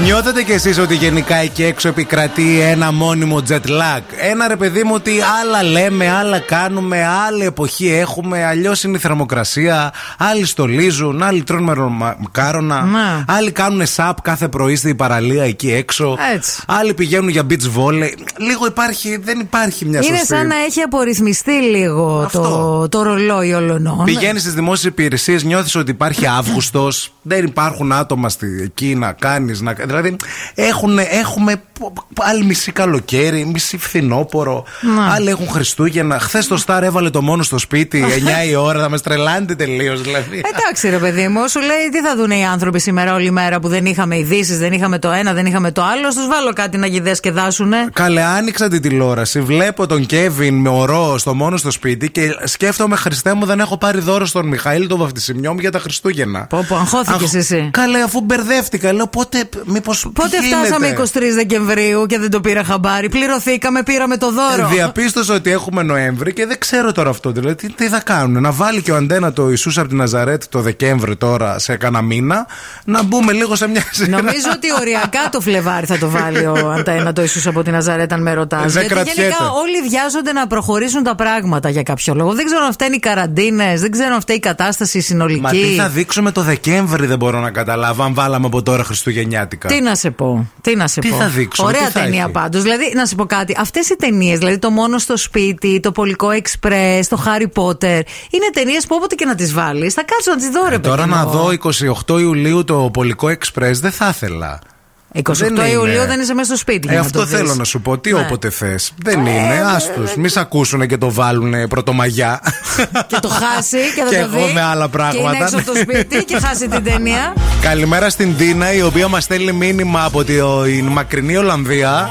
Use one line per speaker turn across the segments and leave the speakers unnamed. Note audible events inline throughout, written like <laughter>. Νιώθετε κι εσείς ότι γενικά εκεί έξω επικρατεί ένα μόνιμο jet lag. Ένα ρε παιδί μου ότι άλλα λέμε, άλλα κάνουμε, άλλη εποχή έχουμε, αλλιώς είναι η θερμοκρασία, άλλοι στολίζουν, άλλοι τρώνε μαροκάρονα,
Ναι.
άλλοι κάνουν σαπ κάθε πρωί στην παραλία εκεί έξω,
Έτσι.
άλλοι πηγαίνουν για beach volley. Λίγο υπάρχει, δεν υπάρχει μια
Είναι
σωστή.
σαν να έχει απορριθμιστεί λίγο το,
Αυτό.
το ρολόι όλων.
Πηγαίνεις στις δημόσιες υπηρεσίες, νιώθεις ότι υπάρχει Αύγουστος, <clears throat> δεν υπάρχουν άτομα στη, εκεί να κάνεις. Να... Δηλαδή, έχουν, έχουμε πο- πο- άλλοι μισή καλοκαίρι, μισή φθινόπωρο, άλλοι έχουν Χριστούγεννα. Χθες το Σταρ έβαλε το μόνο στο
<laughs>
σπίτι 9 η ώρα, θα μας τρελάνετε τελείως δηλαδή.
Εντάξει, ρε παιδί μου, σου λέει τι θα δουν οι άνθρωποι σήμερα όλη μέρα που δεν είχαμε ειδήσεις, δεν είχαμε το ένα, δεν είχαμε το άλλο. Τους βάλω κάτι να γιδέσκεδάσουνε.
Καλέ, άνοιξα την τηλεόραση. Βλέπω τον Κέβιν με ορό στο μόνο στο σπίτι και σκέφτομαι, Χριστέ μου, δεν έχω πάρει δώρο στον Μιχαήλ τον βαφτισιμιό μου για τα Χριστούγεννα.
Πω, πω, αγχώθηκες
Αχ,
εσύ.
Καλέ, αφού μπερδεύτηκα, λέω πότε. Μήπως,
Πότε
τι
φτάσαμε
γίνεται?
23 Δεκεμβρίου και δεν το πήρα χαμπάρι. Πληρωθήκαμε, πήραμε το
Ε,
δώρο.
Διαπίστωσα ότι έχουμε Νοέμβρη και δεν ξέρω τώρα αυτό. Δηλαδή, τι, τι θα κάνουν. Να βάλει και ο αντένα το Ιησούς από τη Ναζαρέτ το Δεκέμβρη τώρα σε κανένα μήνα. Να μπούμε λίγο σε μια. σε ένα-
Νομίζω ότι οριακά το Φλεβάρι θα το βάλει ο Αντένα το ίσω από την Ναζαρέτα, αν με ρωτάς.
Ε, Δεν
Γιατί
κρατιέται.
γενικά όλοι βιάζονται να προχωρήσουν τα πράγματα για κάποιο λόγο. Δεν ξέρω αν φταίνουν οι καραντίνες, δεν ξέρω αν φταίει η κατάσταση συνολική.
Μα τι θα δείξουμε το Δεκέμβρη, δεν μπορώ να καταλάβω. Αν βάλαμε από τώρα Χριστουγεννιάτικα.
Τι να σε πω. Τι να σε
Τι
πω.
θα δείξουμε,
Ωραία
τι θα
ταινία
έχει.
πάντως. Δηλαδή, να σε πω κάτι. Αυτές οι ταινίες, δηλαδή το Μόνο στο Σπίτι, το Πολικό Εξπρέ, το Χάρι Πότερ, είναι ταινίες που όποτε και να τις βάλεις, θα κάτσω να τις δω, ρε
Ε, Τώρα
παιδί
να
μου.
δω 28 Ιουλίου το Πολικό Εξπρές δεν θα ήθελα.
28
Δεν
Ιουλίου
είναι.
δεν είσαι μέσα στο σπίτι.
Ε,
για να
αυτό
το δεις.
θέλω να σου πω. Τι
Ναι.
όποτε θες. Δεν είναι. Άστου. Μη σ' ακούσουν και το βάλουν πρωτομαγιά.
Και το χάσει και δεν
Και
το δει.
εγώ με άλλα
Και είναι
πράγματα.
έξω από το σπίτι και χάσει την ταινία.
Καλημέρα στην Τίνα, η οποία μας στέλνει μήνυμα από την μακρινή Ολλανδία.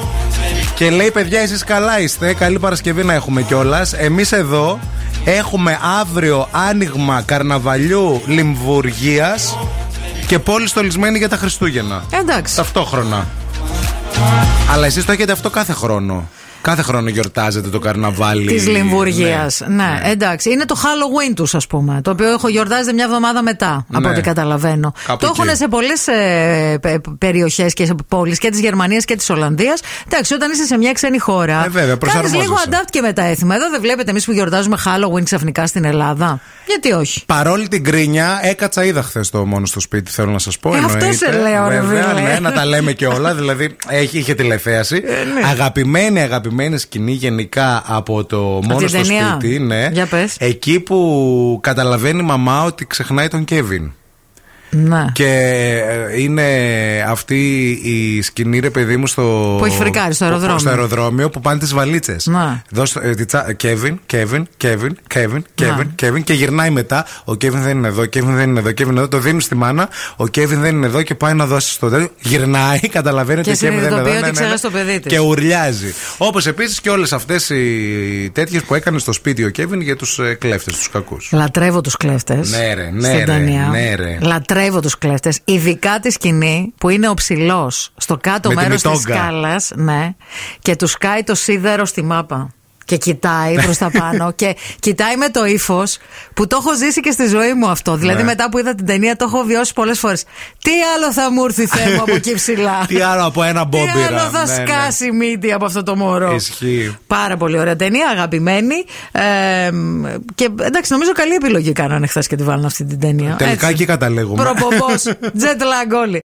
Και λέει: Παιδιά, εσείς καλά είστε. Καλή Παρασκευή να έχουμε κιόλας. Εμείς εδώ έχουμε αύριο άνοιγμα καρναβαλιού Λιμβουργίας και πόλη στολισμένη για τα Χριστούγεννα.
Εντάξει.
Ταυτόχρονα. Αλλά εσείς το έχετε αυτό κάθε χρόνο. Κάθε χρόνο γιορτάζετε το καρναβάλι.
Της Λιμβουργία. Ναι.
Ναι.
εντάξει. Είναι το Halloween τους, ας πούμε. Το οποίο έχω γιορτάζεται μια εβδομάδα μετά, από
Ναι.
ό,τι καταλαβαίνω.
Κάπου
το έχουν
εκεί.
σε πολλές περιοχές και σε πόλεις και της Γερμανίας και της Ολλανδίας. Εντάξει, όταν είσαι σε μια ξένη χώρα.
Ε, βέβαια,
κάνεις λίγο
προσαρμόζεσαι.
adapt και με τα έθιμα. Εδώ δεν βλέπετε εμείς που γιορτάζουμε Halloween ξαφνικά στην Ελλάδα. Γιατί όχι.
Παρόλη την κρίνια, έκατσα είδα χθες το μόνο στο σπίτι, θέλω να σας πω.
Ε, αυτό
εννοείται.
σε λέω, ρε
Βέβαια,
φίλε.
ναι, να τα λέμε και όλα. Δηλαδή, έχει, είχε τηλεθέαση.
Ε, ναι.
Αγαπημένη, αγαπημένη σκηνή γενικά από το μόνο
την
στο
ταινία.
σπίτι. Ναι,
Για πες.
Εκεί που καταλαβαίνει η μαμά ότι ξεχνάει τον Κέβιν.
Ναι.
Και ε, είναι αυτή η σκηνή, ρε παιδί μου, στο.
Που έχει φρικάρει στο αεροδρόμιο.
Στο αεροδρόμιο που πάνε τις βαλίτσες.
Ναι.
ε, Κέβιν, Κέβιν, Κέβιν, Κέβιν,
Ναι.
Κέβιν, Κέβιν και γυρνάει μετά. Ο Κέβιν δεν είναι εδώ, Κέβιν δεν είναι εδώ, Κέβιν εδώ. Το δίνουν στη μάνα. Ο Κέβιν δεν είναι εδώ και πάει να δώσει στο τέλος. Γυρνάει, <laughs> καταλαβαίνει
Και
ότι ο Κέβιν δεν είναι εδώ. Ναι,
συνειδητοποιεί ότι ξέχασε το παιδί της.
Και ουρλιάζει. Όπως επίσης και όλες αυτές οι τέτοιες που έκανε στο σπίτι ο Κέβιν για ε, του κλέφτες, τους κακούς.
Λατρεύω τους κλέφτες.
Ναι, ρε, ναι,
στην
ρε,
ταινία.
ναι, ρε.
Λατρεύω τους κλέφτες. Ειδικά τη σκηνή που είναι ο ψηλός στο κάτω
Με τη
μέρος της
μητόγκα.
σκάλας. Ναι, και του σκάει το σίδερο στη μάπα. Και κοιτάει προς
Ναι.
τα πάνω και κοιτάει με το ύφος που το έχω ζήσει και στη ζωή μου αυτό. Δηλαδή,
Ναι.
μετά που είδα την ταινία, το έχω βιώσει πολλές φορές. Τι άλλο θα μου έρθει
<laughs>
θέμα από εκεί ψηλά.
Τι άλλο από ένα
Τι
μπόμπιρα.
άλλο θα
Ναι, ναι.
σκάσει μύτη από αυτό το μωρό.
Ισχύει.
Πάρα πολύ ωραία ταινία, αγαπημένη. Ε, μ, και εντάξει, νομίζω καλή επιλογή κάνανε χθες και τη βάλανε αυτή την ταινία.
<laughs> Τελικά εκεί καταλήγουμε.
Προπομπό. Jet lag όλοι.